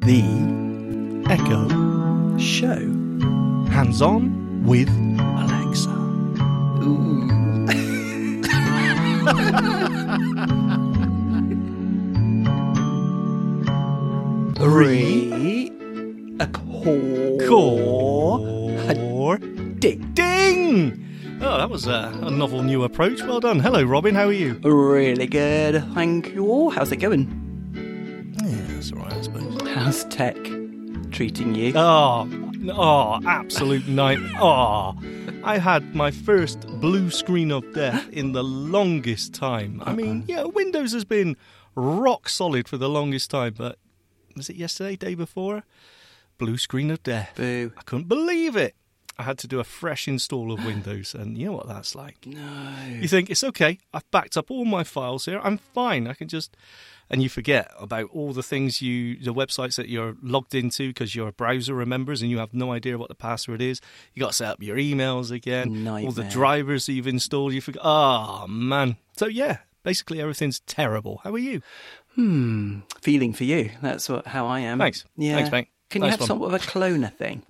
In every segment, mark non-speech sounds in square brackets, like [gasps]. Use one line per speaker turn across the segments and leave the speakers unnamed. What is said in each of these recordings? The Echo Show. Hands on with Alexa.
Re a
Core. Ding. Ding! Oh, that was a, a novel new approach. Well done. Hello, Robin. How are you?
Really good. Thank you. all. How's it going?
Yeah, that's all right, I suppose.
How's tech treating you?
Oh, n- oh, absolute night. Oh, I had my first blue screen of death in the longest time. I mean, yeah, Windows has been rock solid for the longest time, but was it yesterday, day before? Blue screen of death.
Boo.
I couldn't believe it. I had to do a fresh install of Windows, and you know what that's like.
No.
You think it's okay. I've backed up all my files here. I'm fine. I can just and you forget about all the things you the websites that you're logged into because your browser remembers and you have no idea what the password is. You got to set up your emails again. All the
Nightmare.
drivers that you've installed. You forget. Ah man. So yeah, basically everything's terrible. How are you?
Hmm. Feeling for you. That's what how I am.
Thanks.
Yeah.
Thanks, mate.
Can you
Nice
have
one.
sort of a cloner thing?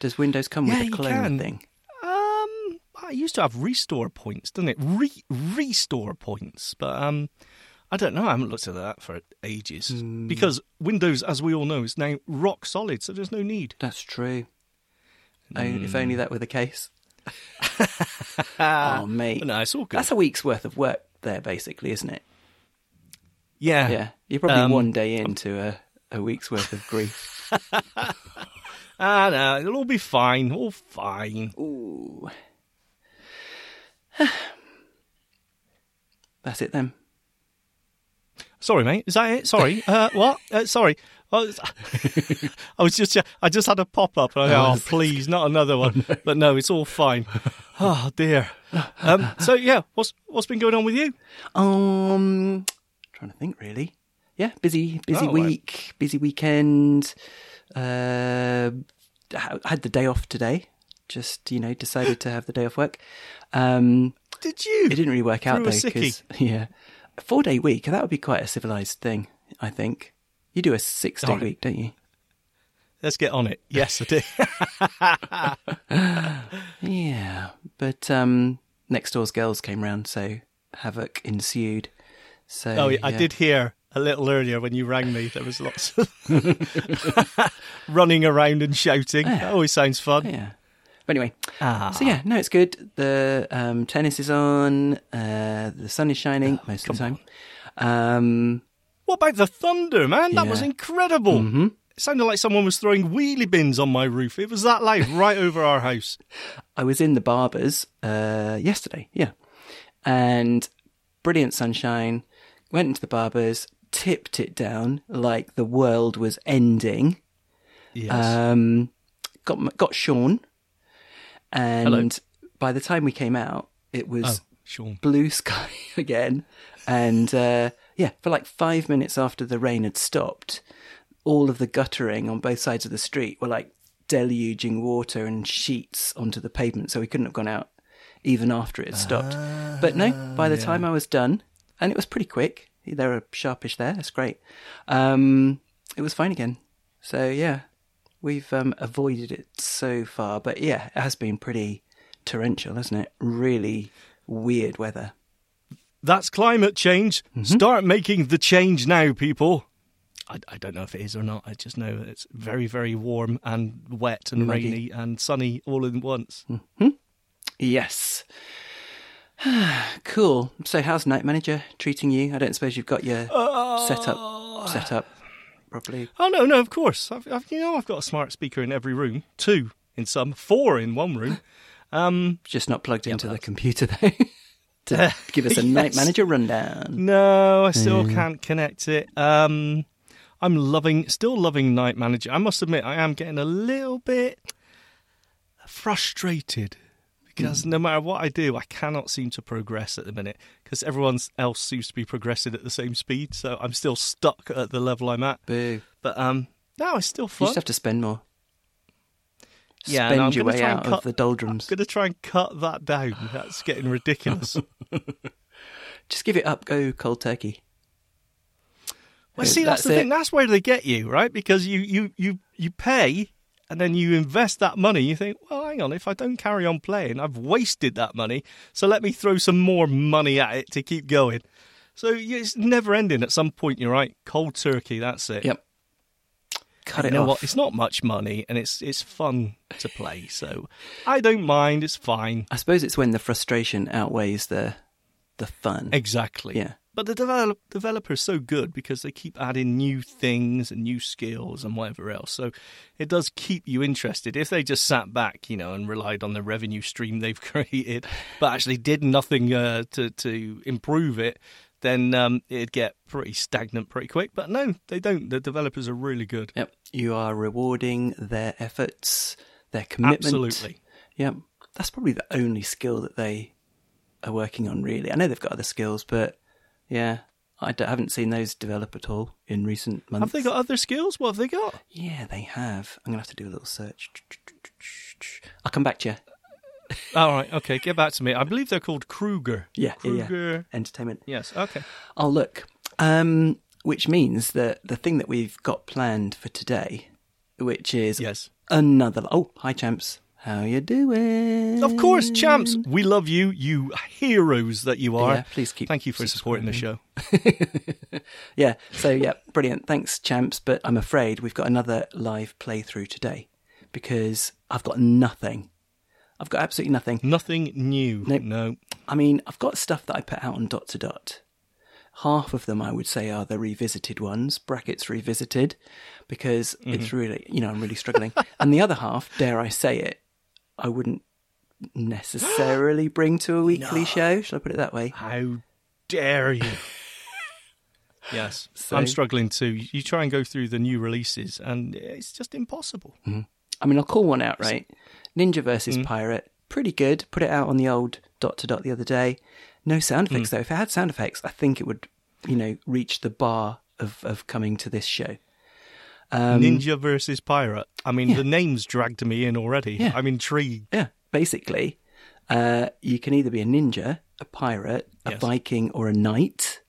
Does Windows come
Yeah,
with
you
a cloner
can.
thing?
Um, I used to have restore points, didn't it? Re restore points, but um, I don't know. I haven't looked at that for ages because Windows, as we all know, is now rock solid, so there's no need.
That's true. Oh, If
Mm.
only that were
[laughs]
the case. oh, mate.
But no, it's all good.
That's a week's worth of work there, basically, isn't it?
yeah,
Yeah. You're probably
Um,
one day into a, a week's worth of
[sighs]
grief.
Ah, no, it'll all be fine. All fine.
Ooh. [sighs] That's it then.
Sorry, mate. Is that it? Sorry.
[laughs]
Uh, what? Uh, sorry. I was, [laughs] I was just, I just had a pop up, and I go, oh, please, not another one. But [laughs] no, it's all [laughs] fine. Oh dear. Um, so yeah, what's what's been going on with you?
Um, trying to think really. Yeah, busy, busy
Oh, right.
week, busy weekend. Uh, ha- had the day off today. Just you know, decided to have the day off work. Um,
Did you?
it didn't really work out
Threw a
though. 'cause- [laughs] yeah, a four day week. That would be quite a civilized thing, I think. You do a six day
Oh.
week, don't you?
Let's get on it. Yes, I did.
Yeah, but um, next door's girls came round, so havoc ensued. So
[laughs] oh, yeah, I
yeah.
did hear a little earlier when you rang me. There was lots of [laughs] running around and shouting. That always sounds fun.
Yeah. But anyway,
Ah.
so yeah, no, it's good. The um, tennis is on. Uh, the sun is
[sighs]
shining most of the time. Um,
What about the thunder, man? That was
Yeah.
incredible. It sounded like someone was throwing wheelie bins on my roof. It was that [laughs] loud, right over our house.
I was in the barbers uh, yesterday, yeah, and brilliant sunshine. Went into the barbers, tipped it down like the world was ending.
Yes.
Um, got m- got Sean, and by the time we came out, it was
oh, Sean.
blue [laughs] sky again. And uh, yeah, for like five minutes after the rain had stopped, all of the guttering on both sides of the street were like deluging water and sheets onto the pavement. So we couldn't have gone out even after it had stopped. but no, by the time I was done, and it was pretty quick, they were sharpish there. That's great. Um, it was fine again. So yeah, we've um, avoided it so far. But yeah, it has been pretty torrential, hasn't it? Really weird weather.
That's climate change. Start making the change now, people. Mm-hmm. I, I don't know if it is or not. I just know that it's very, very warm and wet and
Muggy.
rainy and sunny all in once.
Yes. [sighs] cool. So, how's Night Manager treating you? I don't suppose you've got your
Uh,
setup set up properly.
Oh no, no, of course. I've, I've, you know, I've got a smart speaker in every room. Two in some, four in one
[laughs]
room.
Just not plugged into the computer though. [laughs]
[laughs]
to give us a Night
Yes.
Manager rundown.
No, I still can't connect it. Um, I'm loving, still loving Night Manager. I must admit, I am getting a little bit frustrated because
Hmm.
no matter what I do, I cannot seem to progress at the minute because everyone else seems to be progressing at the same speed. So I'm still stuck at the level I'm at.
Boo.
But um, no, it's still
You
fun.
just have to spend more.
Yeah,
spend
no, I'm
your
gonna
way
try and
out
cut-
of the doldrums.
Going to try and cut that down. That's getting
[laughs]
ridiculous.
Just give it up. Go cold turkey.
Well, see, that's,
That's
the
it.
thing. That's where they get you, right? Because you, you, you, you pay and then you invest that money. You think, well, hang on, if I don't carry on playing, I've wasted that money. So let me throw some more money at it to keep going. So you- it's never ending. At some point, you're right. Cold turkey. That's it.
Yep. Cut
You
it
know
off.
what? It's not much money, and it's it's fun to play. So I don't mind. It's fine.
I suppose it's when the frustration outweighs the the fun.
Exactly.
Yeah.
But the develop- developer's so good because they keep adding new things and new skills and whatever else. So it does keep you interested. If they just sat back, you know, and relied on the revenue stream they've [laughs] created, but actually did nothing uh, to to improve it, then um, it'd get pretty stagnant pretty quick. But no, they don't. The developers are really good.
Yep. You are rewarding their efforts, their commitment.
Absolutely.
Yep. That's probably the only skill that they are working on, really. I know they've got other skills, but yeah, I d- haven't seen those develop at all in recent months.
Have they got other skills? What have they
[laughs]
got?
Yeah, they have. I'm going to have to do a little search. I'll come back to you.
All right. Okay. Get back to me. I believe they're called Kruger.
Yeah, yeah,
Kruger.
yeah. Entertainment.
Yes. Okay.
I'll look. Um, which means that the thing that we've got planned for today, which is
Yes.
another. Oh, hi, champs. How you doing?
Of course, champs. We love you, you heroes that you are.
Mm. Yeah, please keep
Thank you for supporting the show.
Yeah. So yeah, brilliant. Thanks, champs. But I'm afraid we've got another live playthrough today because I've got nothing. I've got absolutely nothing.
Nothing new. No.
I mean, I've got stuff that I put out on dot to dot. Half of them, I would say, are the revisited ones, brackets revisited, because
Mm-hmm.
it's really, you know, I'm
[laughs]
really struggling. and the other half, dare I say it, I wouldn't necessarily bring to a weekly show. Shall I put it that way?
How dare you?
[laughs]
yes.
So-
I'm struggling too. You try and go through the new releases, and it's just impossible.
I mean, I'll call one out, right? Ninja versus Pirate, pretty good. Put it out on the old dot to dot the other day. No sound effects though. If it had sound effects, I think it would, you know, reach the bar of of coming to this show. Um,
Ninja versus pirate. I mean, the name's dragged me in already.
Yeah.
I'm intrigued.
Yeah, basically, uh, you can either be a ninja, a pirate, a
Yes.
Viking, or a knight,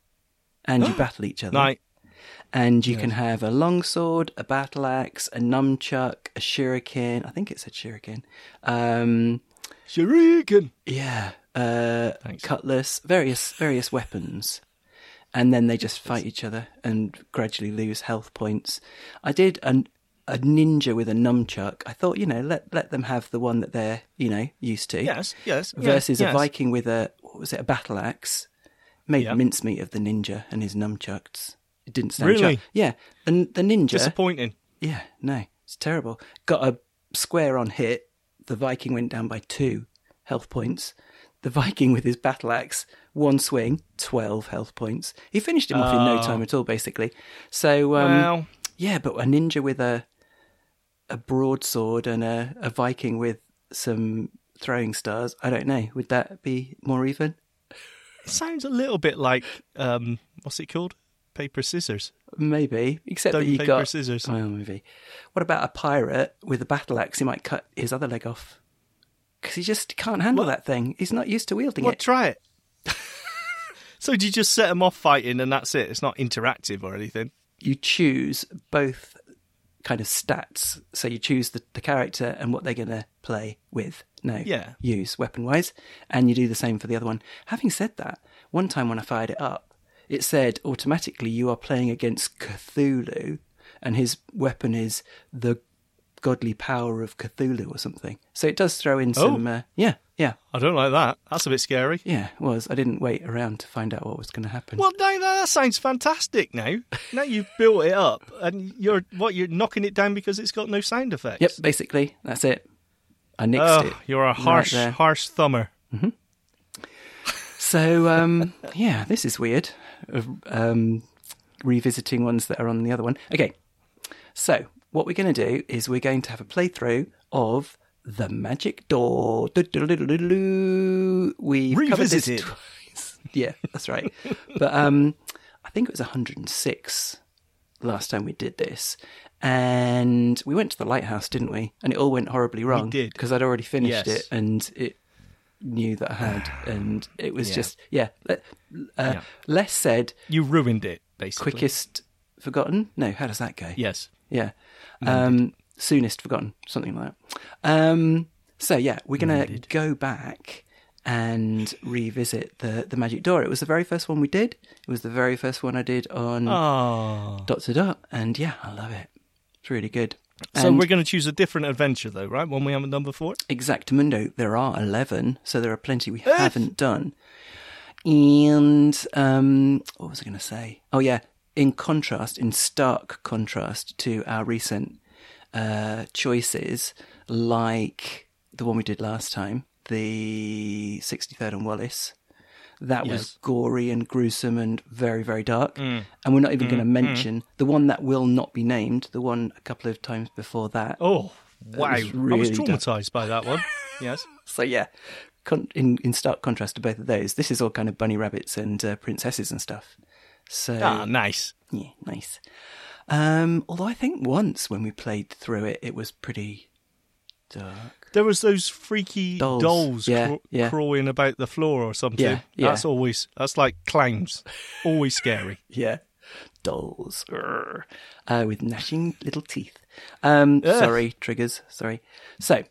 and you battle each other.
Night.
And you can have a longsword, a battle axe, a nunchuck, a shuriken. I think it said shuriken. Um,
Shuriken.
yeah, uh, cutlass, various various weapons, and then they just fight each other and gradually lose health points. I did an, a ninja with a nunchuck. I thought, you know, let let them have the one that they're you know used to
Yes. Yes. yes,
versus
yes.
a Viking with a what was it a battle axe? Made
Yeah.
mincemeat of the ninja and his nunchucks. It didn't stand a
Really?
chance. Yeah, the the ninja.
Disappointing.
yeah, no, it's terrible. Got a square on hit. The Viking went down by two health points. The Viking with his battle axe, one swing, twelve health points. He finished him off in no time at all, basically. So um,
Well.
yeah, but a ninja with a a broadsword and a, a Viking with some throwing stars. I don't know. Would that be more even?
It sounds a little bit like um, what's it called? Paper scissors.
Maybe. Except
Stone,
that you
paper,
got
scissors.
Well, maybe. What about a pirate with a battle axe? He might cut his other leg off because he just can't handle that thing. He's not used to wielding
Well,
it.
try it. [laughs] so do you just set them off fighting and that's it? It's not interactive or anything.
You choose both kind of stats. So you choose the, the character and what they're going to play with. No.
Yeah.
Use weapon wise, and you do the same for the other one. Having said that, one time when I fired it up, it said automatically you are playing against Cthulhu, and his weapon is the godly power of Cthulhu or something. So it does throw in some. Uh, yeah, yeah,
I don't like that. That's a bit scary.
yeah. It was I didn't wait around to find out what was going to happen.
Well, no, no, that sounds fantastic. Now, now you've built it up, and you're what you're knocking it down because it's got no sound effects.
Yep, basically that's it. I nixed
Oh,
it.
you're a harsh,
there.
harsh thumber.
So um, yeah, this is weird. Um, revisiting ones that are on the other one. Okay, so what we're going to do is we're going to have a playthrough of the Magic Door. Do-do-do-do-do-do. We've covered this
Revisited.
twice. yeah, that's right. but um, I think it was 106 last time we did this, and we went to the lighthouse, didn't we? And it all went horribly wrong.
did.
because I'd already finished
Yes.
it, and it knew that I had, and it was just yeah, le- uh,
Yeah.
less said,
You ruined it, basically.
quickest forgotten? No, how does that go?
Yes.
Yeah. Um, soonest forgotten, something like that. Um, so yeah, we're gonna go back and revisit the the magic door. It was the very first one we did. It was the very first one I did on
Ah.
dot to dot, and yeah, I love it. It's really good.
So
And-
we're going to choose a different adventure, though, right? One we haven't done before.
Exactamundo, there are 11, so there are plenty we haven't done. And um, what was I going to say? Oh, yeah. In contrast, in stark contrast to our recent uh, choices, like the one we did last time, the 63rd and Wallace, that was gory and gruesome and very, very dark. And we're not even going to mention the one that will not be named, the one a couple of times before that.
Oh, wow!
was
I was
really dumb.
traumatized by that
[laughs]
one. Yes.
So yeah, con- in in stark contrast to both of those, this is all kind of bunny rabbits and uh, princesses and stuff. So
Ah, nice.
yeah, nice. Um, although I think once when we played through it, it was pretty dark.
There was those freaky
Dolls.
dolls,
Yeah,
craw-
yeah.
crawling about the floor or something.
Yeah, yeah.
That's always that's like clowns. Always scary.
Yeah, dolls Urgh. uh, with gnashing little teeth. Um,
Ugh.
sorry, triggers. Sorry. So.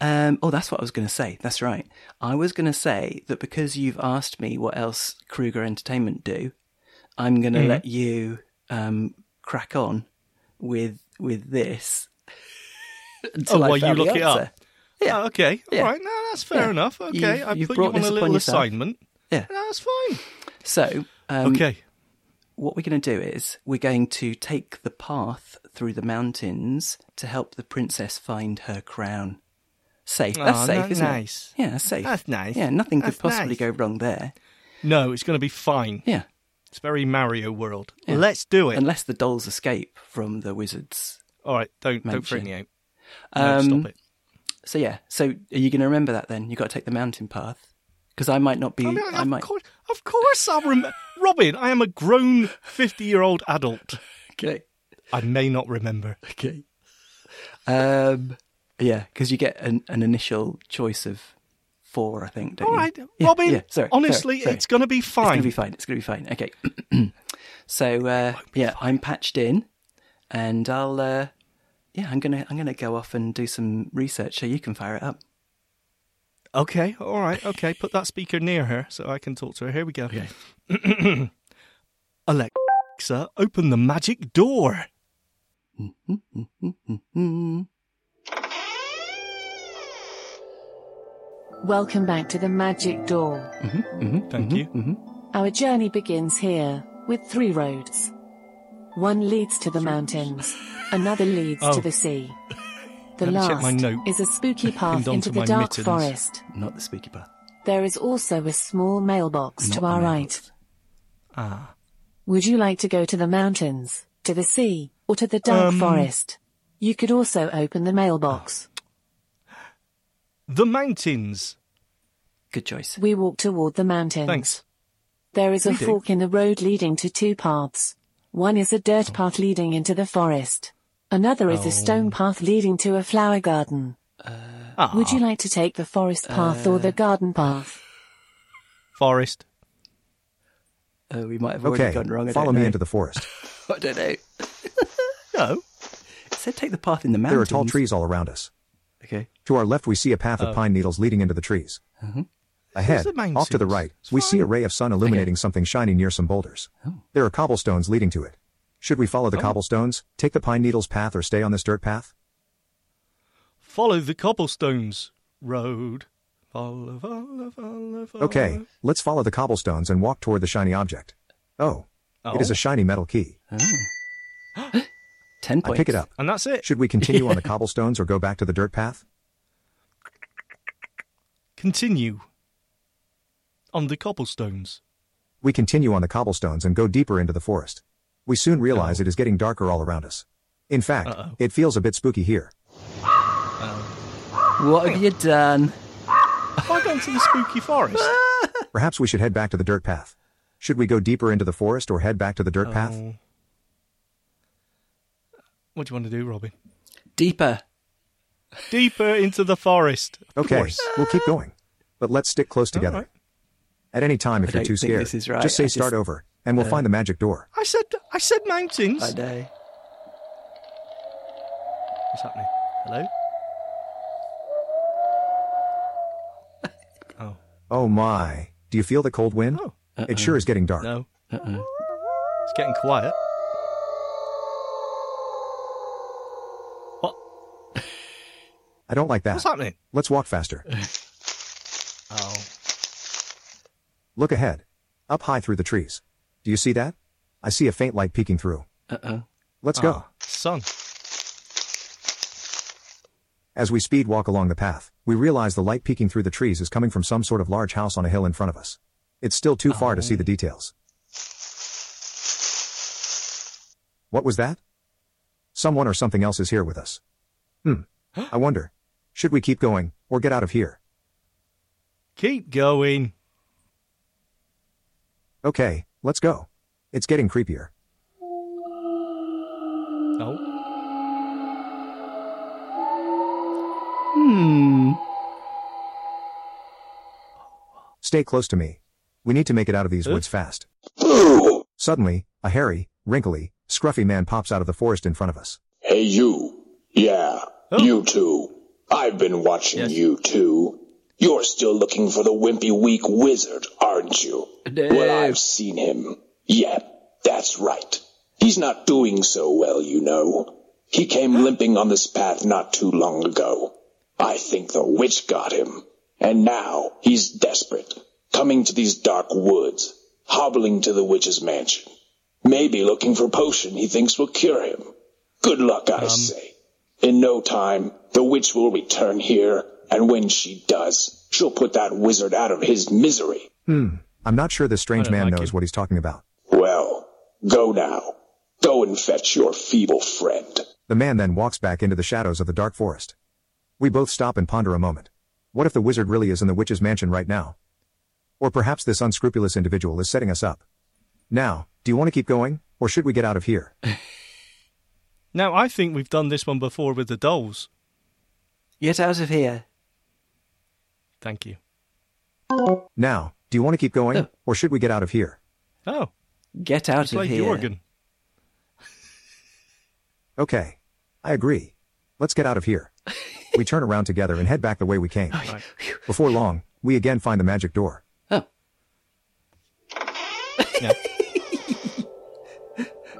Um, oh, that's what I was going to say. That's right. I was going to say that because you've asked me what else Kruger Entertainment do, I'm going to
Mm-hmm.
let you um, crack on with with this. until I
Oh, while you
found the
look it up.
answer. [laughs] Yeah.
Oh, okay.
Yeah.
All right. No, that's fair
Yeah.
enough. Okay.
You've-
I
you've
put you
brought
on
this
a
upon
little
yourself.
assignment.
Yeah.
No, that's fine.
So, um,
okay.
what we're going to do is we're going to take the path through the mountains to help the princess find her crown. Safe. That's
Oh,
safe,
no-
isn't
nice.
it? Yeah, that's safe.
That's nice.
Yeah, nothing could
That's
possibly
nice.
go wrong there.
No, it's going to be fine.
Yeah,
It's very Mario World. Let's do it.
unless the dolls escape from the wizards.
All right. Don't don't freak
Mansion.
me out. No,
Um,
stop it.
So yeah, so are you going to remember that then? You got to take the mountain path because I might not be. I,
I mean, of,
might.
course, of course I'll remember. Robin, I am a grown 50 year old adult.
Okay.
I may not remember.
Okay. Um. Yeah, because you get an, an initial choice of four, I think. Don't
All
you?
right,
Yeah,
Robin,
yeah, sorry,
honestly,
sorry, sorry.
it's going to be
It's
fine.
gonna be fine. It's gonna be fine. Okay. [clears throat] so uh, yeah, I'm patched in, and I'll uh, yeah, I'm gonna I'm gonna go off and do some research so you can fire it up.
Okay, all right, okay. Put that speaker near her so I can talk to her. Here we go.
Okay.
[clears throat] Alexa, open the magic door.
Mm.
Welcome back to the Magic Door.
Thank
Mm-hmm,
you.
Our journey begins here, with three roads. One leads to the mountains, another leads
Oh.
to the sea.
[laughs]
The
Let me check my
last
note.
is
[laughs]
a spooky path
Pinned onto
into the
my
dark
mittens.
forest.
Not the speaky path.
There is also a small mailbox
Not
to
the
our right.
mailbox.
Ah,
Would you like to go to the mountains, to the sea, or to the dark
Um.
forest? You could also open the mailbox.
the mountains.
Good choice.
We walk toward the mountains.
Thanks.
There is a
We do.
fork in the road leading to two paths. One is a dirt path leading into the forest. Another is a stone
Oh.
path leading to a flower garden.
Uh,
Ah,
Would you like to take the forest path or the garden path?
forest.
Uh, we might have already
Okay,
gone wrong. I
follow
don't
me
know.
into the forest.
[laughs] I don't know. It
No.
said take the path in the mountains. Oh.
There are tall trees all around us.
Okay.
To our left, we see a path of pine needles leading into the trees.
Uh-huh.
Ahead,
Those are mountains.
off to the right, we see a ray of sun illuminating something shiny near some boulders.
Oh.
There are cobblestones leading to it. Should we follow the cobblestones, take the pine needles path, or stay on this dirt path?
Follow the cobblestones road. Follow, follow, follow, follow.
Okay, let's follow the cobblestones and walk toward the shiny object. Oh, it is
Oh.
a shiny metal key.
Oh. [gasps] Ten
I
points.
pick it up.
And that's it.
Should we continue
[laughs]
on the cobblestones or go back to the dirt path?
Continue. On the cobblestones.
We continue on the cobblestones and go deeper into the forest. We soon realize it is getting darker all around us. In fact,
Uh-oh.
it feels a bit spooky here.
What have you done?
Have I gone to the spooky forest?
Perhaps we should head back to the dirt path. Should we go deeper into the forest or head back to the dirt [laughs] path?
Oh. What do you want to do, Robin?
Deeper.
Deeper into the forest. Of
Okay,
course.
we'll keep going. But let's stick close together.
right.
At any time, if
I
you're
don't
too
think
scared,
this is right.
just say
I
start
just- Uh.
over. And we'll find the magic door.
I said I said mountains.
I know.
What's happening? Hello? [laughs] Oh,
Oh my. Do you feel the cold wind?
Oh.
It
Uh-uh.
sure is getting dark.
no. It's getting quiet. What?
I don't like that.
What's happening?
Let's
[laughs]
walk faster.
Oh.
Look ahead. Up high through the trees. Do you see that? I see a faint light peeking through.
Uh oh.
Let's go.
Ah, Sun.
As we speed walk along the path, we realize the light peeking through the trees is coming from some sort of large house on a hill in front of us. It's still too far to see
Oh.
the details. What was that? Someone or something else is here with us. Hmm.
[gasps]
I wonder. Should we keep going, or get out of here?
Keep going.
Okay, let's go. It's getting creepier.
Oh.
Hmm.
Stay close to me. We need to make it out of these woods fast. Suddenly, a hairy, wrinkly, scruffy man pops out of the forest in front of us.
Hey, you. Yeah,
Who?
you two. I've been watching
Yes.
you two. You're still looking for the wimpy, weak wizard, aren't you?
No.
Well, I've seen him. Yeah, that's right. He's not doing so well, you know. He came limping on this path not too long ago. I think the witch got him. And now he's desperate, coming to these dark woods, hobbling to the witch's mansion. Maybe looking for potion he thinks will cure him. Good luck, I say. In no time, the witch will return here, and when she does, she'll put that wizard out of his misery.
I'm not sure this strange
don't
man
like
knows
it.
what he's talking about.
Well, go now. Go and fetch your feeble friend.
The man then walks back into the shadows of the dark forest. We both stop and ponder a moment. What if the wizard really is in the witch's mansion right now? Or perhaps this unscrupulous individual is setting us up. Now, do you want to keep going, or should we get out of here?
Now I think we've done this one before with the dolls.
Get out of here.
Thank you.
Now, do you want to keep going,
Oh.
or should we get out of here?
Oh,
Get out of
played
here.
the organ.
Okay. I agree. Let's get out of here. We turn around together and head back the way we came. Before long, we again find the magic door.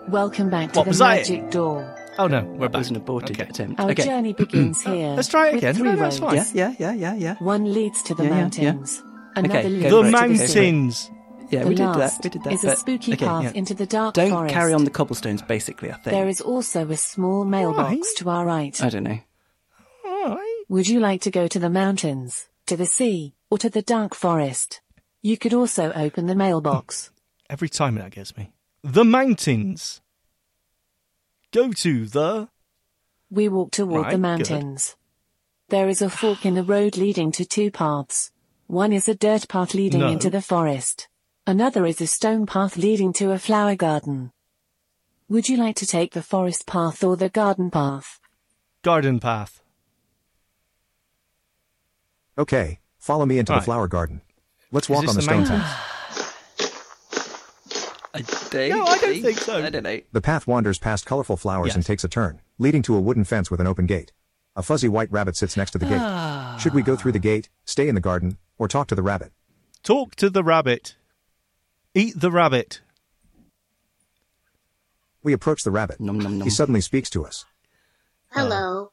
Welcome back to
What
the
was that?
magic door.
Oh no, we're
That
back.
was an aborted
Okay.
attempt.
Our
okay. [clears throat]
journey begins here.
Let's try it
with
again.
Three
No, no, it's
roads.
fine.
Yeah, yeah, yeah, yeah, yeah.
One leads to the
Yeah, yeah, yeah.
mountains. Another
Okay,
leads
The
go for
to
it.
the
mountain.
sea.
mountains.
Yeah,
The
we did that.
last
We did that.
is a
but-
spooky
okay,
path
yeah.
into the dark
Don't
forest.
carry on the cobblestones, basically, I think.
There is also a small mailbox
Right.
to our right.
I don't know.
All right.
Would you like to go to the mountains, to the sea, or to the dark forest? You could also open the mailbox.
Every time that gets me. The mountains. Go to the.
We walk toward
Right,
the
good.
mountains. There is a fork in the road leading to two paths. One is a dirt path leading
No.
into the forest. Another is a stone path leading to a flower garden. Would you like to take the forest path or the garden path?
garden path.
Okay, follow me into the
Right.
flower garden. Let's walk
this
on the
the
stone
mountain?
steps.
I don't
No, I don't think- think so. I
don't know.
The path wanders past colorful flowers and
Yes.
takes a turn, leading to a wooden fence with an open gate. A fuzzy white rabbit sits next to the
Ah.
gate. Should we go through the gate, stay in the garden, or talk to the rabbit?
Talk to the rabbit. Eat the rabbit.
We approach the rabbit.
Nom, nom, nom.
He suddenly speaks to us.
Hello.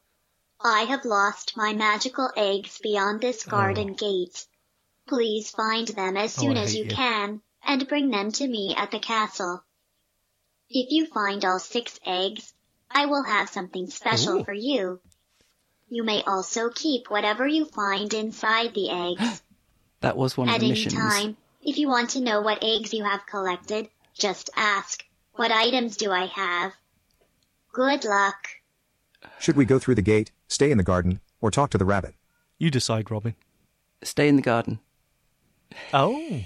I have lost my magical eggs beyond this garden gate. Please find them as
Oh,
soon
I
as
hate
you
you.
can and bring them to me at the castle. If you find all six eggs, I will have something special for you. You may also keep whatever you find inside the eggs.
That was one of
At
the
any
missions.
time, if you want to know what eggs you have collected, just ask, What items do I have? Good luck.
Should we go through the gate, stay in the garden, or talk to the rabbit?
You decide, Robin.
Stay in the garden.
Oh.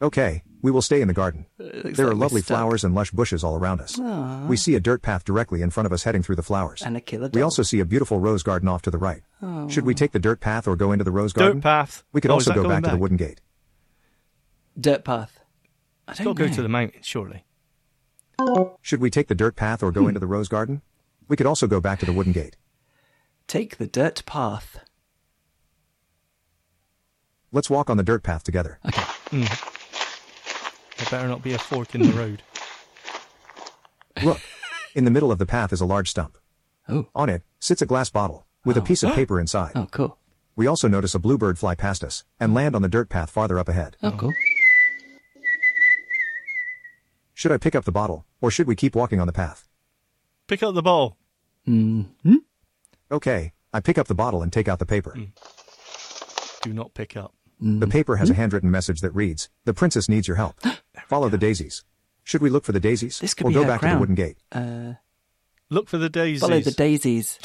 Okay, we will stay in the garden.
looks
There
Uh, like
are
we're
lovely
stuck. Ah.
flowers and lush bushes all around us. We see a dirt path directly in front of us heading through the flowers.
And a killer
We
doll.
also see a beautiful rose garden off to the right. Should
Oh.
we take the dirt path or go into the rose garden?
Dirt path.
We could
Oh, is
also
that
go
going
back to the wooden gate.
Dirt path. I don't
Got to go
know.
to the mountain, surely.
Should we take the dirt path
Hmm.
or go into the rose garden? We could also go back to the wooden gate.
Take the dirt path.
Let's walk on the dirt path together.
There better not be a fork in the road.
[laughs]
Look. In the middle of the path is a large stump.
Oh.
On it sits a glass bottle with
[gasps]
a piece of paper inside.
Oh, cool.
We also notice a bluebird fly past us and land on the dirt path farther up ahead.
Oh, cool.
Should I pick up the bottle or should we keep walking on the path?
Pick up the ball.
Okay, I pick up the bottle and take out the paper.
Mm-hmm.
Do not pick up.
The paper has a
Hmm.
handwritten message that reads, "The princess needs
[gasps]
your help. Follow the daisies." Should we look for the daisies
This could
or
be
go
her
back to
crown.
the wooden gate?
Look for the daisies.
Follow the daisies.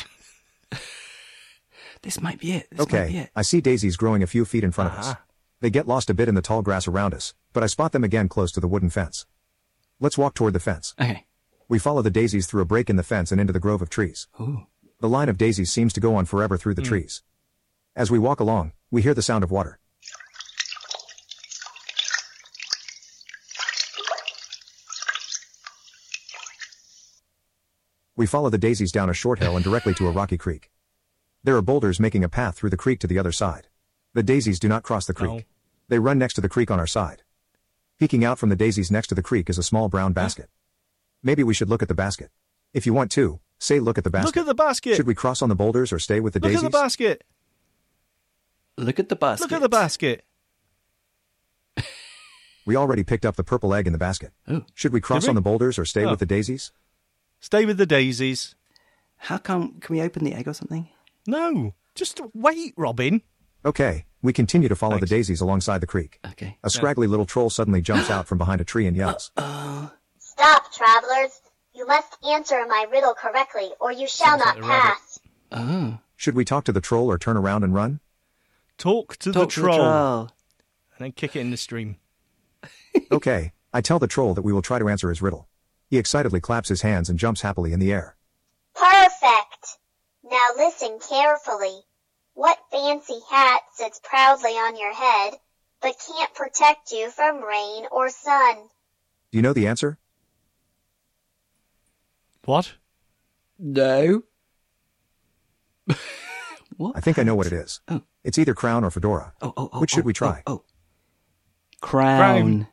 [laughs] this might be it. This might be
Okay,
it.
I see daisies growing a few feet in front of us.
Ah.
They get lost a bit in the tall grass around us, but I spot them again close to the wooden fence. Let's walk toward the fence.
Okay.
We follow the daisies through a break in the fence and into the grove of trees.
Ooh.
The line of daisies seems to go on forever through the trees. As we walk along, we hear the sound of water. We follow the daisies down a short hill and directly to a rocky creek. There are boulders making a path through the creek to the other side. The daisies do not cross the creek.
No.
They run next to the creek on our side. Peeking out from the daisies next to the creek is a small brown basket. Maybe we should look at the basket. If you want to, say look at the basket.
Look at the basket.
Should we cross on the boulders or stay with the
Look
daisies?
at the basket.
Look at the basket.
Look at the basket.
we already picked up the purple egg in the basket.
Ooh.
Should we cross
Did we?
on the boulders or stay
Oh.
with the daisies?
Stay with the daisies.
How come? Can we open the egg or something?
No. Just wait, Robin.
Okay, we continue to follow
Thanks.
the daisies alongside the creek.
Okay.
A scraggly little troll suddenly jumps out from behind a tree and yells.
Stop, travelers. You must answer my riddle correctly, or you shall
Sounds like
not
a rabbit.
pass.
Oh.
Should we talk to the troll or turn around and run?
Talk to the
Talk to
troll
the troll.
and then kick it in the stream.
okay, I tell the troll that we will try to answer his riddle. He excitedly claps his hands and jumps happily in the air.
Perfect. Now listen carefully. What fancy hat sits proudly on your head, but can't protect you from rain or sun?
Do you know the answer?
What?
No.
I think I know what it is.
Oh.
It's either crown or fedora.
Oh, oh, oh.
Which should
oh,
we try?
Oh. oh. Crown.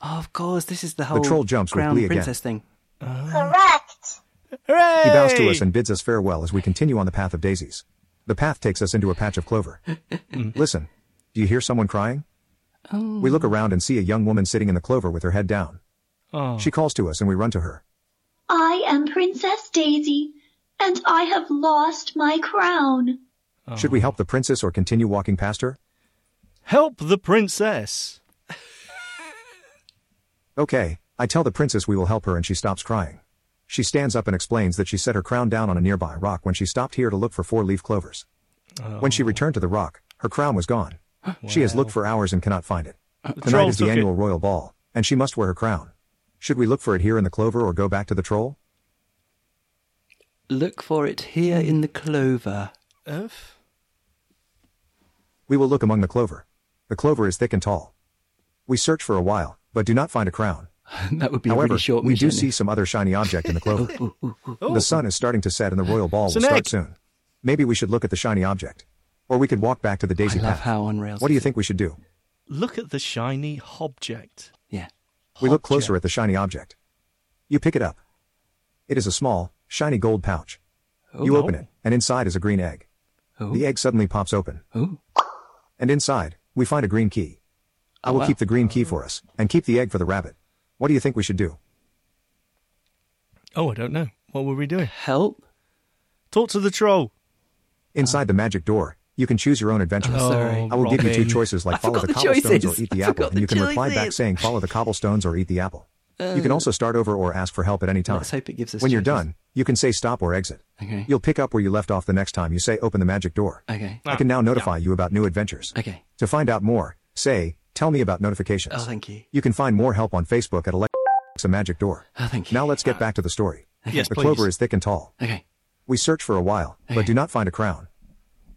Oh, of course, this is the whole
troll jumps with
crown
glee again.
princess thing.
Oh.
Correct.
Hooray!
He bows to us and bids us farewell as we continue on the path of daisies. The path takes us into a patch of
[laughs]
clover. Listen, do you hear someone crying?
Oh.
We look around and see a young woman sitting in the clover with her head down.
Oh.
She calls to us and we run to her.
I am Princess Daisy, and I have lost my crown.
Oh.
Should we help the princess or continue walking past her?
Help the princess.
Okay, I tell the princess we will help her and she stops crying. She stands up and explains that she set her crown down on a nearby rock when she stopped here to look for four leaf clovers. When
Oh.
she returned to the rock, her crown was gone. She has looked for hours and cannot find it. Tonight
troll
is Uh, the
took
annual
it.
royal ball, and she must wear her crown. Should we look for it here in the clover or go back to the troll?
Look for it here in the clover. [laughs]
Earth?
We will look among the clover. The clover is thick and tall. We search for a while, but do not find a crown.
that would be a
However,
really short
we do
mission.
see some other shiny object in
[laughs]
the clover. The sun is starting to set and the royal ball
It's
will
an
start
egg.
soon. Maybe we should look at the shiny object. Or we could walk back to
I
the daisy
love
path.
how on rails.
what do
this
you
is.
think we should do?
Look at the shiny object.
Yeah.
We look closer at the shiny object. You pick it up. It is a small, shiny gold pouch. you open it, and inside is a green egg.
Oh.
The egg suddenly pops open,
Oh.
and inside, we find a green key. I will
Oh, wow.
keep the green key for us, and keep the egg for the rabbit. What do you think we should do?
Oh, I don't know. What were we doing?
Help.
Talk to the troll.
Inside the magic door, you can choose your own adventure.
Oh,
Sorry.
I will give you two
Robin.
choices like
I
follow
forgot
the
the
cobblestones
choices.
or eat the
I
apple,
forgot
and you
the
can reply back
choices.
saying follow the cobblestones or eat the apple. you can also start over or ask for help at any time.
Let's hope it gives us
when you're
choices.
done, you can say stop or exit.
Okay.
You'll pick up where you left off the next time you say open the magic door.
Okay.
Ah.
I can now notify you about new adventures.
Okay.
To find out more, say, tell me about notifications.
Oh, thank you.
You can find more help on Facebook at Alexa Magic Door.
Oh, thank you.
Now let's get back to the story.
Yes,
the
please.
clover is thick and tall.
Okay.
We search for a while, but do not find a crown.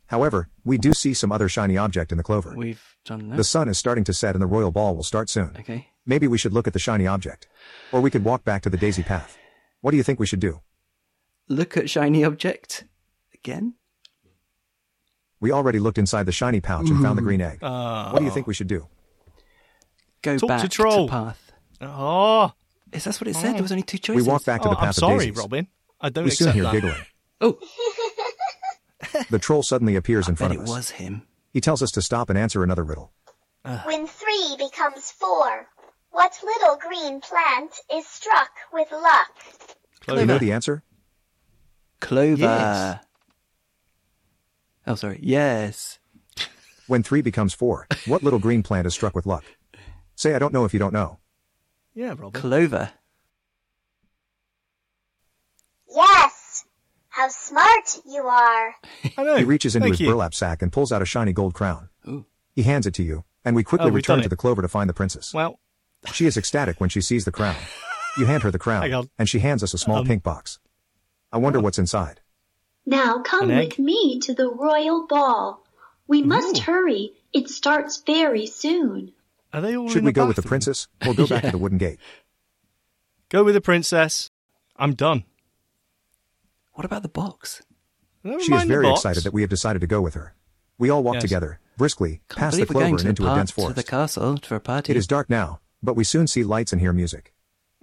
However, we do see some other shiny object in the clover.
We've done that.
The sun is starting to set and the royal ball will start soon.
Okay.
Maybe we should look at the shiny object. Or we could walk back to the daisy path. What do you think we should do?
Look at shiny object again.
We already looked inside the shiny pouch and found the green egg.
Ah.
What do you think we should do?
Go
Talk to
back
troll.
path.
Oh,
Is that what it said? There was only two
We
choices.
walk back to
oh
the path
I'm
of
sorry,
daisies.
Robin. I don't
we soon
accept
hear
that. [laughs]
giggling.
Oh,
The troll suddenly appears in
but
front
it
of us.
was him.
He tells us to stop and answer another riddle.
When three becomes four, what little green plant is struck with luck?
You know
Clover.
the answer?
Clover.
Yes.
Oh, sorry. Yes.
When three becomes four, what little green plant is struck with luck? Say I don't know if you don't know.
Yeah, Robin.
Clover.
Yes! How smart you are!
I know.
He reaches into
Thank
his
you.
burlap sack and pulls out a shiny gold crown.
Ooh.
He hands it to you, and we quickly
Oh, we've
return
done
to
it.
the clover to find the princess.
Well,
She is ecstatic when she sees the crown. You hand her
[laughs]
the
Hang
crown,
on.
and she hands us a small
Um,
pink box. I wonder what's inside.
Now come
An egg?
with me to the royal ball. We must
Ooh.
hurry. It starts very soon.
are they all
Should
in
we
the
go with the
bathroom?
princess
[laughs]
or go back to the wooden gate?
Go with the princess. I'm done.
What about the box?
Never
She is
mind the
very
box.
excited that we have decided to go with her. We all walk
Yes.
together, briskly,
Can't
past the
believe we're going to
clover and
the
into a
park-
dense
To the
forest.
castle for a party.
It is dark now, but we soon see lights and hear music.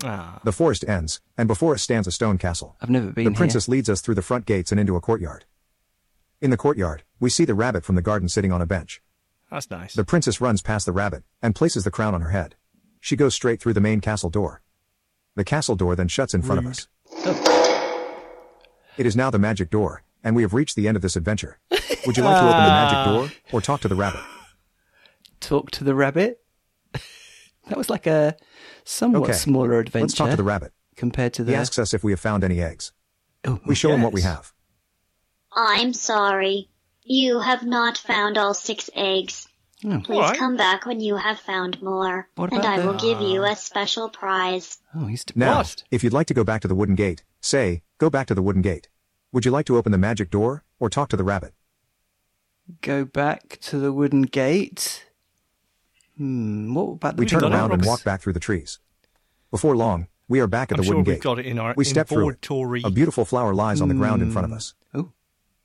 Ah.
The forest ends, and before us stands a stone castle.
I've never been
The
here.
princess leads us through the front gates and into a courtyard. In the courtyard, we see the rabbit from the garden sitting on a bench.
That's nice.
The princess runs past the rabbit and places the crown on her head. She goes straight through the main castle door. The castle door then shuts in front of us. It is now the magic door, and we have reached the end of this adventure. Would you like to open the magic
Ah.
door or talk to the rabbit?
Talk to the rabbit. [laughs] that was like a somewhat
Okay.
smaller adventure
Let's talk to the rabbit.
compared to the.
He asks us if we have found any eggs.
Oh,
We show him what we
yes.
have.
I'm sorry. You have not found all six eggs.
Oh.
Please
Alright.
come back when you have found more,
What
and
about
I
the- uh,
will give you a special prize.
Oh, he's
Now,
depressed.
if you'd like to go back to the wooden gate, say, go back to the wooden gate. Would you like to open the magic door or talk to the rabbit?
Go back to the wooden gate. Hmm. What about the?
We
We've
turn
done it,
around and
Robin.
walk back through the trees. Before long, we are back
I'm
at the
sure
wooden
we've
gate.
got it in our
we step through it.
inventory. Hmm.
A beautiful flower lies on the ground in front of us.
Oh.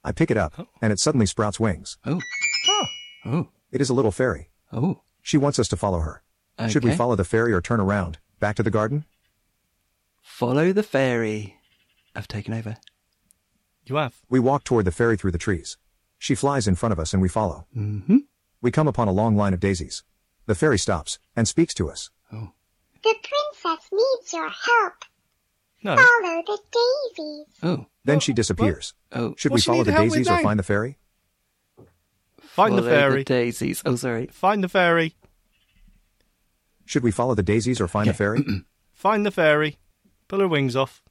I pick it up, and it suddenly sprouts wings.
Oh.
Huh.
Oh.
It is a little fairy.
Oh.
She wants us to follow her. Should we
Okay.
follow the fairy or turn around, back to the garden?
Follow the fairy. I've taken over.
You have.
We walk toward the fairy through the trees. She flies in front of us and we follow.
Mm-hmm.
We come upon a long line of daisies. The fairy stops and speaks to us.
Oh,
The princess needs your help.
Uh,
No.
Follow the daisies.
Oh.
Then she disappears.
Oh.
Should
What's
we
she
follow
need
the
help with
daisies or
now?
find the fairy?
Find the
Follow
fairy.
daisies. Oh, sorry.
Find the fairy.
Should we follow the daisies or find the
Okay.
fairy?
Find the fairy. Pull her wings off.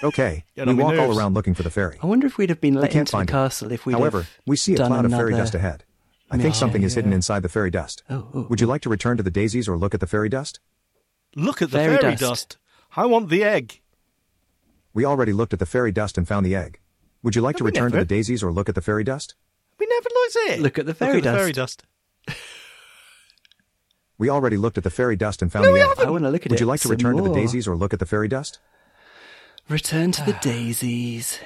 Okay.
Get
we
on my
walk all
nerves.
around looking for the fairy.
I wonder if we'd have been let
can't
into the
find it.
castle if we'd
However,
have
we see a
done
cloud of fairy
another-
dust ahead. I
mission.
think something is hidden inside the fairy dust.
Oh, oh.
Would you like to return to the daisies or look at the fairy dust?
Look at the
Fairy
fairy,
dust.
dust. I want the egg.
We already looked at the fairy dust and found the egg. Would you like
No,
to
we
return to
never.
the daisies or look at the fairy dust?
We never looked at it.
Look at the fairy dust.
fairy dust.
We already looked at the fairy dust and found the egg.
I want to look at it.
Would you like to
some
return to the
more.
daisies or look at the fairy dust?
Return
[sighs]
to the daisies.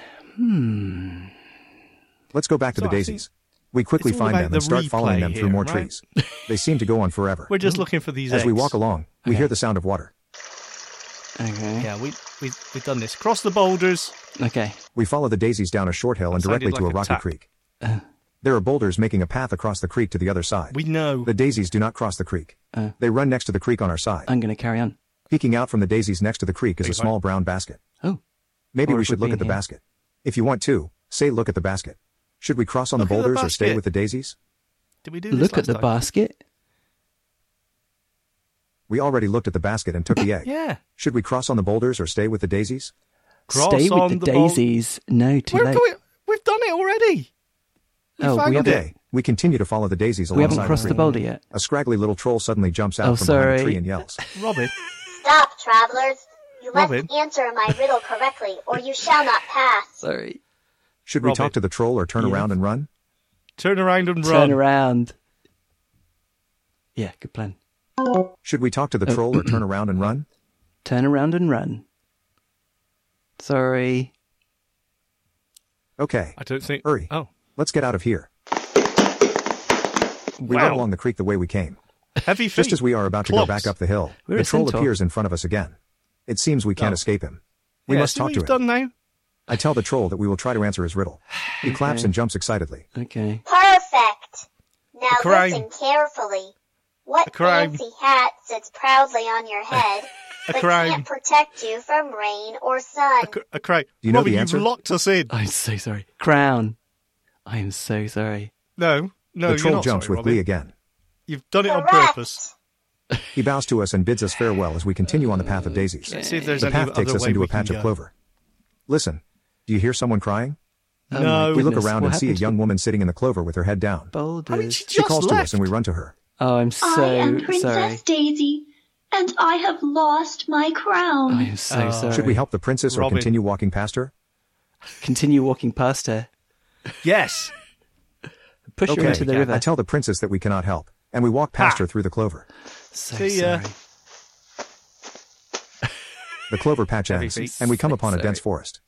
Let's go back to
So
the
I
daisies. We quickly
it's all
find
about
them
the
and start following them
replay
through
here,
more
right?
trees. They seem to go
[laughs]
on forever.
We're just looking for these
As
eggs.
we walk along, we
Okay.
hear the sound of water.
Okay.
Yeah, we, we, we've done this. Cross the boulders.
Okay.
We follow the daisies down a short hill and
That sounded
directly to a
like a
rocky
tap.
creek. There are boulders making a path across the creek to the other side.
We know.
The daisies do not cross the creek.
Uh.
They run next to the creek on our side.
I'm going to carry on.
Peeking out from the daisies next to the creek is a
Big one.
small brown basket.
Oh.
Maybe
Or
we
if we've
should look at the
been here.
basket. If you want to, say look at the basket. Should we cross on
Look
the
at the
boulders or stay
basket.
with the daisies?
Did we do this
Look at
last
the
time?
basket.
We already looked at the basket and took the egg.
Yeah.
Should we cross on the boulders or stay with the daisies?
Cross
Stay with
on
the,
the bou-
daisies. No, too
We're
late.
going, we've done it already. We
Oh, we
found
haven't-
it.
Okay, we continue to follow the daisies
We haven't
alongside
crossed the
creek.
boulder yet.
A scraggly little troll suddenly jumps out
Oh,
from behind a
sorry.
tree and yells.
Robin.
Stop, travelers. You
Robin.
must answer my riddle correctly, or you shall not pass.
Sorry.
Should we
Robin.
talk to the troll or turn
Yeah.
around and run?
Turn around and
Turn
run.
around. Yeah, good plan.
Should we talk to
Uh,
the troll
[clears throat]
or turn around and run?
Turn around and run. Sorry.
Okay,
I don't think.
Hurry.
Oh,
let's get out of here. We
Wow.
ran along the creek the way we came.
heavy feet.
Just as we are about to go
Clogs.
back up the hill,
We're
the
a
troll
centaur.
appears in front of us again. It seems we can't
Oh.
escape him. We
Yeah,
must
see
talk
what
to him.
you've done now.
I tell the troll that we will try to answer his riddle. He claps and jumps excitedly.
Okay.
Perfect. Now
A crime.
listen carefully. What
crime.
fancy hat sits proudly on your head,
[laughs] A
but
crime.
can't protect you from rain or sun?
A, cr- a cry.
Do you know
Robbie,
the answer?
You've locked us in.
I'm so sorry. Crown. I am so sorry.
No, no,
the
you're
troll
not
jumps
sorry,
with
Robbie.
glee again.
You've done it on
Correct.
purpose.
He bows to us and bids us farewell as we continue on the path of daisies.
Let's see if Uh, there's
The
any
path takes
other
us
way
into
we
a patch
can go.
of clover. Listen, do you hear someone crying?
Oh my
No.
We look
goodness,
around
what
and see a
happened to
young woman sitting in the clover with her head down.
Boulders.
I mean, she Oh, just
She calls
left.
to us and we run to her.
Oh, I'm
I am
so
Princess
sorry.
Daisy, and I have lost my crown.
I am so
Oh.
sorry.
Should we help the princess or
Robin.
continue walking past her?
Continue walking past her.
Yes.
Push her into the river.
I tell the princess that we cannot help, and we walk past
Ha.
her through the clover.
so
See ya.
sorry.
The clover patch
Heavy
ends,
feet.
and we come upon a dense forest.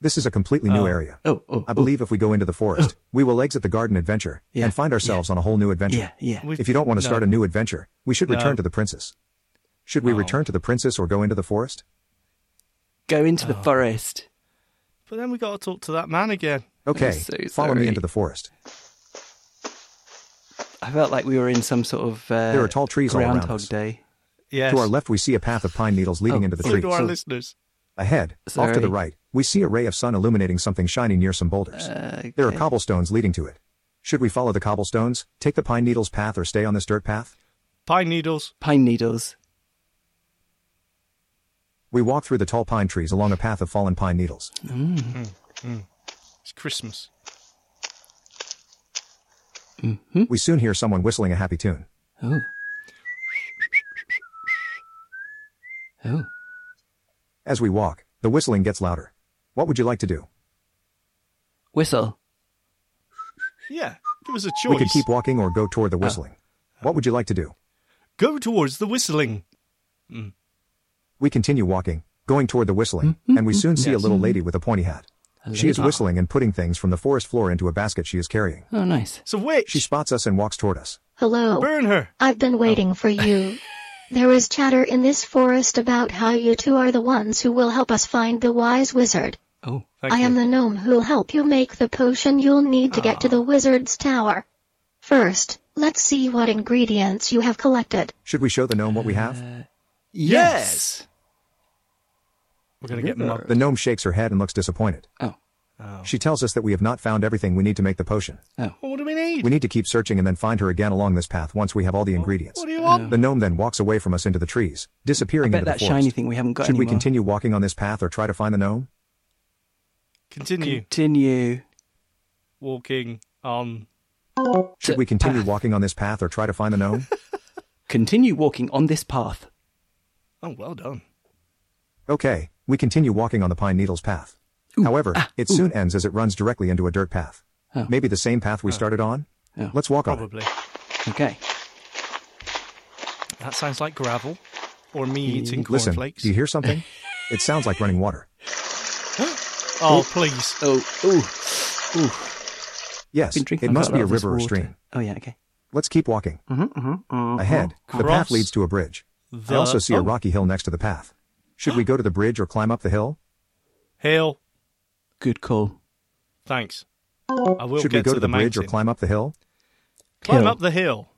This is a completely new
Oh.
area.
Oh, oh,
I
oh.
believe if we go into the forest, we will exit the garden adventure
Yeah,
and find ourselves on a whole new adventure.
Yeah, yeah.
We've-
If you don't want to
no.
start a new adventure, we should
No.
return to the princess. Should we
Oh.
return to the princess or go into the forest?
Go into
Oh.
the forest.
But then we got to talk to that man again.
Okay,
so
follow me
sorry.
into the forest.
I felt like we were in some sort of uh,
There are tall trees all around
Groundhog
us.
Day.
Yes.
To our left, we see a path of pine needles leading
Oh,
into the
So
trees.
do our listeners.
Ahead, off to
Sorry.
the right, we see a ray of sun illuminating something shiny near some boulders. There are
Uh, okay.
cobblestones leading to it. Should we follow the cobblestones, take the pine needles path, or stay on this dirt path?
Pine needles.
Pine needles.
We walk through the tall pine trees along a path of fallen pine needles.
It's Christmas.
Hmm?
We soon hear someone whistling a happy tune.
Oh. Oh.
As we walk, the whistling gets louder. What would you like to do?
Whistle.
Yeah. Give us a choice.
We could keep walking or go toward the
Uh,
whistling. What would you like to do?
Go towards the whistling.
We continue walking, going toward the whistling,
Hmm?
and we soon see a little lady with a pointy hat.
A
She is
lady.
whistling and putting things from the forest floor into a basket she is carrying.
Oh, nice.
It's a witch.
She spots us and walks toward us.
Hello.
Burn her.
I've been waiting
Oh. [laughs]
for you. There is chatter in this forest about how you two are the ones who will help us find the wise wizard.
Oh.
Thank
I
you.
am the gnome who'll help you make the potion you'll need to
Ah.
get to the wizard's tower. First, let's see what ingredients you have collected.
Should we show the gnome what we have?
Uh,
Yes. We're gonna get mugged.
The gnome shakes her head and looks disappointed.
Oh.
She tells us that we have not found everything we need to make the potion.
Well, what do we need?
We need to keep searching and then find her again along this path once we have all the ingredients.
What do you want?
The gnome then walks away from us into the trees, disappearing
Bet
into the
that
forest.
shiny thing we haven't got
Should we
anymore.
continue walking on this path or try to find the gnome?
Continue
Continue.
walking on.
Should we
ah.
continue walking on this path or try to find the gnome?
[laughs] Continue walking on this path.
Oh, well done.
Okay, we continue walking on the pine needles path. However, it soon ends as it runs directly into a dirt path.
ah, Oh.
Maybe the same path we started on?
Oh.
Let's walk on it.
Probably.
Okay.
That sounds like gravel, or me eating
Listen,
cornflakes.
do you
[laughs]
hear something? it sounds like running water.
Oh, please.
Oh. Ooh. Ooh.
Yes,
Been drinking
it must
quite
be
lot
a
of this
river or
water.
stream.
Oh yeah. Okay.
Let's keep walking. Ahead, the
Mm-hmm, Cross
path leads to a bridge.
The
I also see a
oh,
rocky hill next to the path. Should we go to the bridge or climb up the hill?
hill.
Good call.
Thanks. I will
Should
get
we go to,
to
the, bridge
mountain.
or climb up the hill?
Climb
Hill.
up the hill.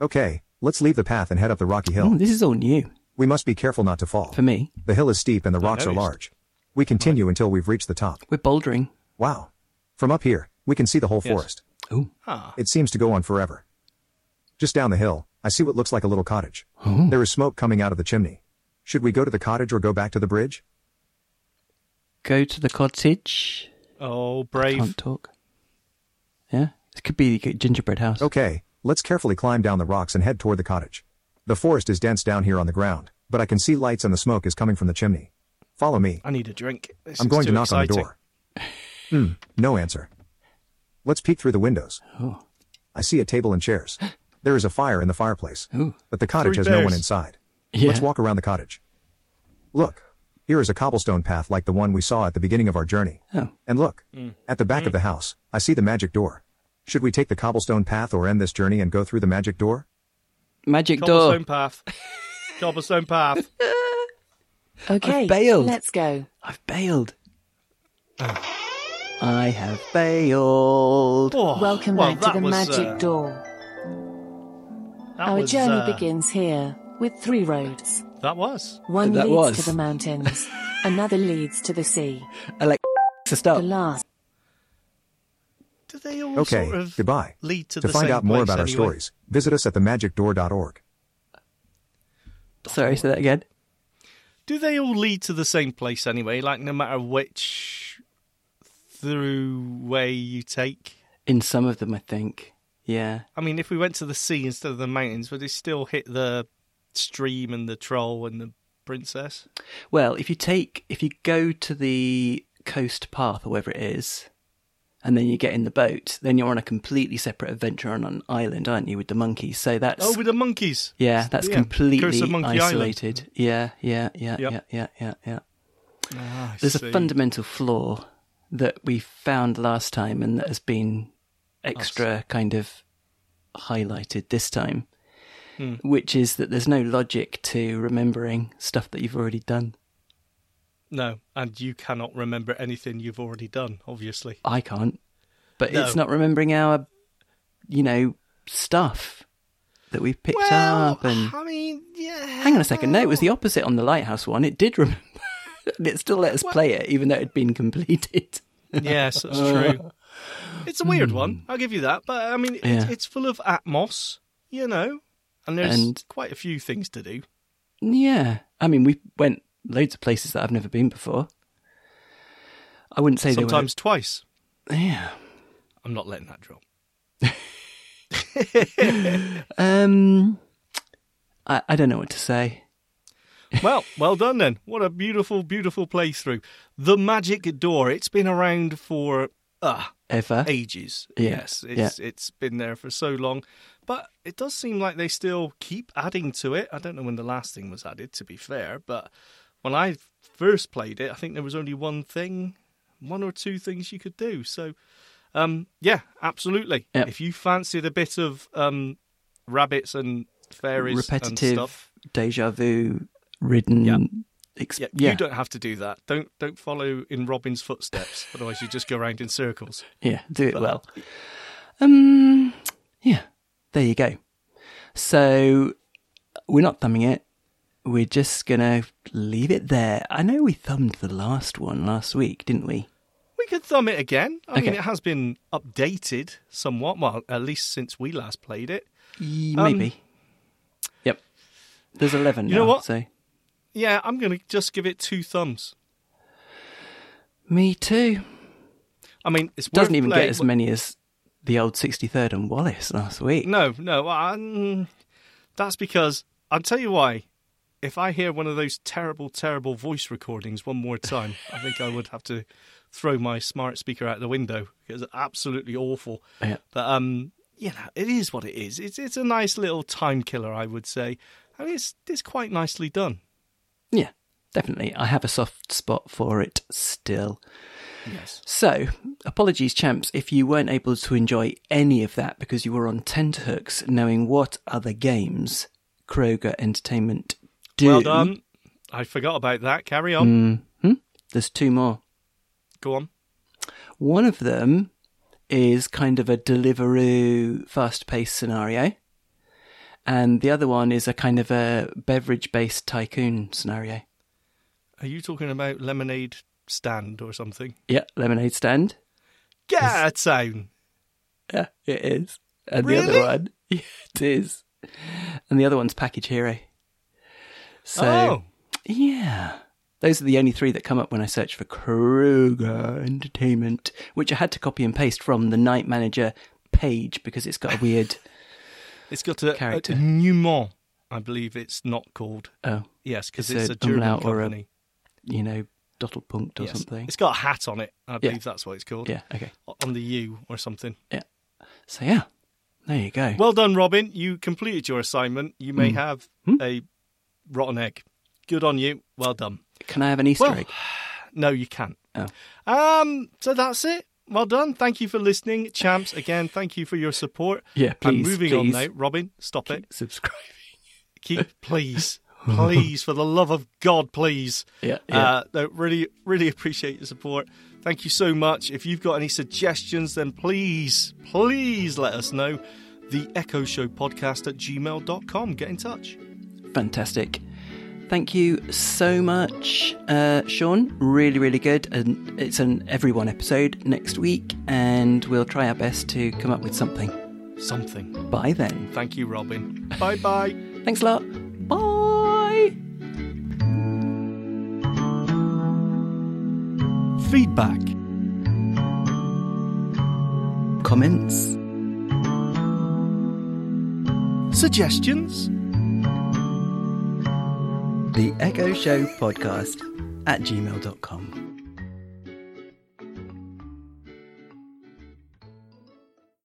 Okay, let's leave the path and head up the rocky hill.
Mm.
Oh, this is all new
We must be careful not to fall.
for me.
The hill is steep and the
I
rocks are
noticed.
large. We continue until we've reached the top.
We're bouldering.
Wow. From up here, we can see the whole
Yes.
forest.
Oh.
Ah,
It seems to go on forever. Just down the hill, I see what looks like a little cottage.
Oh.
There is smoke coming out of the chimney. Should we go to the cottage or go back to the bridge?
Go to the cottage.
oh,
Can't
brave.
talk. Yeah. It could be the gingerbread house.
Okay, let's carefully climb down the rocks and head toward the cottage. The forest is dense down here on the ground, but I can see lights and the smoke is coming from the chimney. Follow me.
I need a drink. This
I'm
is
going
too
to knock on the
exciting.
door. Hmm, no answer. Let's peek through the windows.
Oh.
I see a table
[gasps]
and chairs. There is a fire in the fireplace,
Ooh.
but the cottage
Three
has no one
bears.
inside.
Yeah.
Let's walk around the cottage. Look, here is a cobblestone path like the one we saw at the beginning of our journey.
Oh. Mm.
And look,
Mm.
at the back of the house, I see the magic door. Should we take the cobblestone path or end this journey and go through the magic door?
Magic door.
Cobblestone
[laughs]
path. Cobblestone path.
Okay,
bailed.
let's go.
I've bailed.
Oh.
I have bailed.
Oh,
Welcome
well,
back to
that
the
was,
magic
uh,
door.
that
Our
was,
journey
uh,
begins here with three roads.
That was.
One
That
leads
was.
to the mountains, another leads to
[laughs]
the sea.
Alexa, stop.
The last.
Do they all
Okay,
sort of
goodbye.
lead to,
to
the
find
same
out more
place
about our
anyway?
stories, visit us at themagicdoor.org.
Sorry, say that again.
Do they all lead to the same place anyway? Like no matter which through way you take.
In some of them, I think. Yeah.
I mean, if we went to the sea instead of the mountains, would it still hit the stream and the troll and the princess?
Well, if you take, if you go to the coast path or wherever it is, and then you get in the boat, then you're on a completely separate adventure on an island, aren't you, with the monkeys? So that's
Oh, with the monkeys.
yeah, that's
yeah, Curse
completely
of Monkey Island.
isolated. Yeah, yeah, yeah,
Yep.
yeah, yeah, yeah, yeah.
Ah, I
There's
see.
a fundamental flaw that we found last time and that has been extra kind of highlighted this time,
Hmm.
which is that there's no logic to remembering stuff that you've already done.
No, and you cannot remember anything you've already done, obviously.
I can't. But
No.
it's not remembering our, you know, stuff that we've picked up. And
I mean, yeah.
hang on a second, no, it was the opposite on the lighthouse one. It did remember. [laughs] and it still let us play it, even though it had been completed.
[laughs] Yes, that's true. uh, It's a weird one. I'll give you that. But I mean, it,
Hmm. Yeah.
it's full of atmos, you know, and there's
And-
quite a few things to do.
Yeah, I mean, we went loads of places that I've never been before. I wouldn't say
Sometimes twice.
they were. Yeah.
I'm not letting that drop.
Um, I I don't know what to say.
Well, well done then. What a beautiful, beautiful playthrough. The Magic Door. It's been around for uh,
Ever.
ages.
Yeah,
Yes, it's it's been there for so long, but it does seem like they still keep adding to it. I don't know when the last thing was added, to be fair, but when I first played it, I think there was only one thing, one or two things you could do. So, um, yeah, absolutely.
Yep.
If you fancied a bit of um, rabbits and fairies and
repetitive,
stuff,
deja vu ridden.
Yeah.
Exp-
yeah, you don't have to do that. Don't don't follow in Robin's footsteps, otherwise you just go round in circles.
Yeah, do it well. Um, yeah, there you go. So we're not thumbing it. We're just gonna leave it there. I know we thumbed the last one last week, didn't we?
We could thumb it again. I mean,
Okay.
it has been updated somewhat, well, at least since we last played it.
Ye-
Um,
Maybe. yep. There's eleven.
You know
now,
what?
So
Yeah, I'm going to just give it two thumbs.
me too.
I mean, it's
Doesn't
worth
even
playing-
get as many as the old sixty-third and Wallace last week.
No, no. I- mm, that's because I'll tell you why. If I hear one of those terrible, terrible voice recordings one more time, I think I would have to throw my smart speaker out the window. It's absolutely awful.
Yeah.
But um, you know, it is what it is. It's it's a nice little time killer, I would say, and it's it's quite nicely done.
Yeah, definitely. I have a soft spot for it still.
Yes.
So, apologies, champs, if you weren't able to enjoy any of that because you were on tenterhooks knowing what other games Kroger Entertainment do.
Well done. I forgot about that. Carry
Mm.
on.
There's two more.
Go on.
One of them is kind of a Deliveroo fast paced scenario, and the other one is a kind of a beverage based tycoon scenario.
Are you talking about lemonade stand or something?
Yeah, Lemonade Stand.
Get out of town.
Yeah, it is. And the
Really?
other one, [laughs] yeah, it is. And the other one's Package Hero. So,
oh,
yeah. Those are the only three that come up when I search for Kruger Entertainment, which I had to copy and paste from the Night Manager page because it's got a [sighs] weird.
it's got a, a,
Character.
Newmont. I believe it's not called.
Oh,
Yes, because it's
It's a
a German
umlaut or a-
company.
you know, Dottelpunkt or
Yes.
something.
It's got a hat on it. I believe that's what it's called.
Yeah, okay.
On the U or something.
So, yeah, there you go.
Well done, Robin. You completed your assignment. You
Mm.
may have
Hmm?
a rotten egg. Good on you. Well done.
Can I have an Easter
Well,
egg?
No, you can't.
Oh.
Um, so that's it. Well done. Thank you for listening, champs. Again, thank you for your support.
Yeah,
I'm
please,
moving on
please.
now. Robin, stop it.
Subscribing. [laughs]
Keep, please, please, for the love of God, please.
Yeah, yeah.
Uh, no, really, really appreciate your support. Thank you so much. If you've got any suggestions, then please, please let us know. The Echo Show podcast at gmail.com. Get in touch.
Fantastic. Thank you so much, uh, Sean. Really, really good. And it's an everyone episode next week, and we'll try our best to come up with something.
Something.
Bye then.
Thank you,
[laughs]
Robin. bye bye.
Thanks a lot. Bye.
Feedback.
Comments?
Suggestions?
The Echo Show Podcast at gmail.com.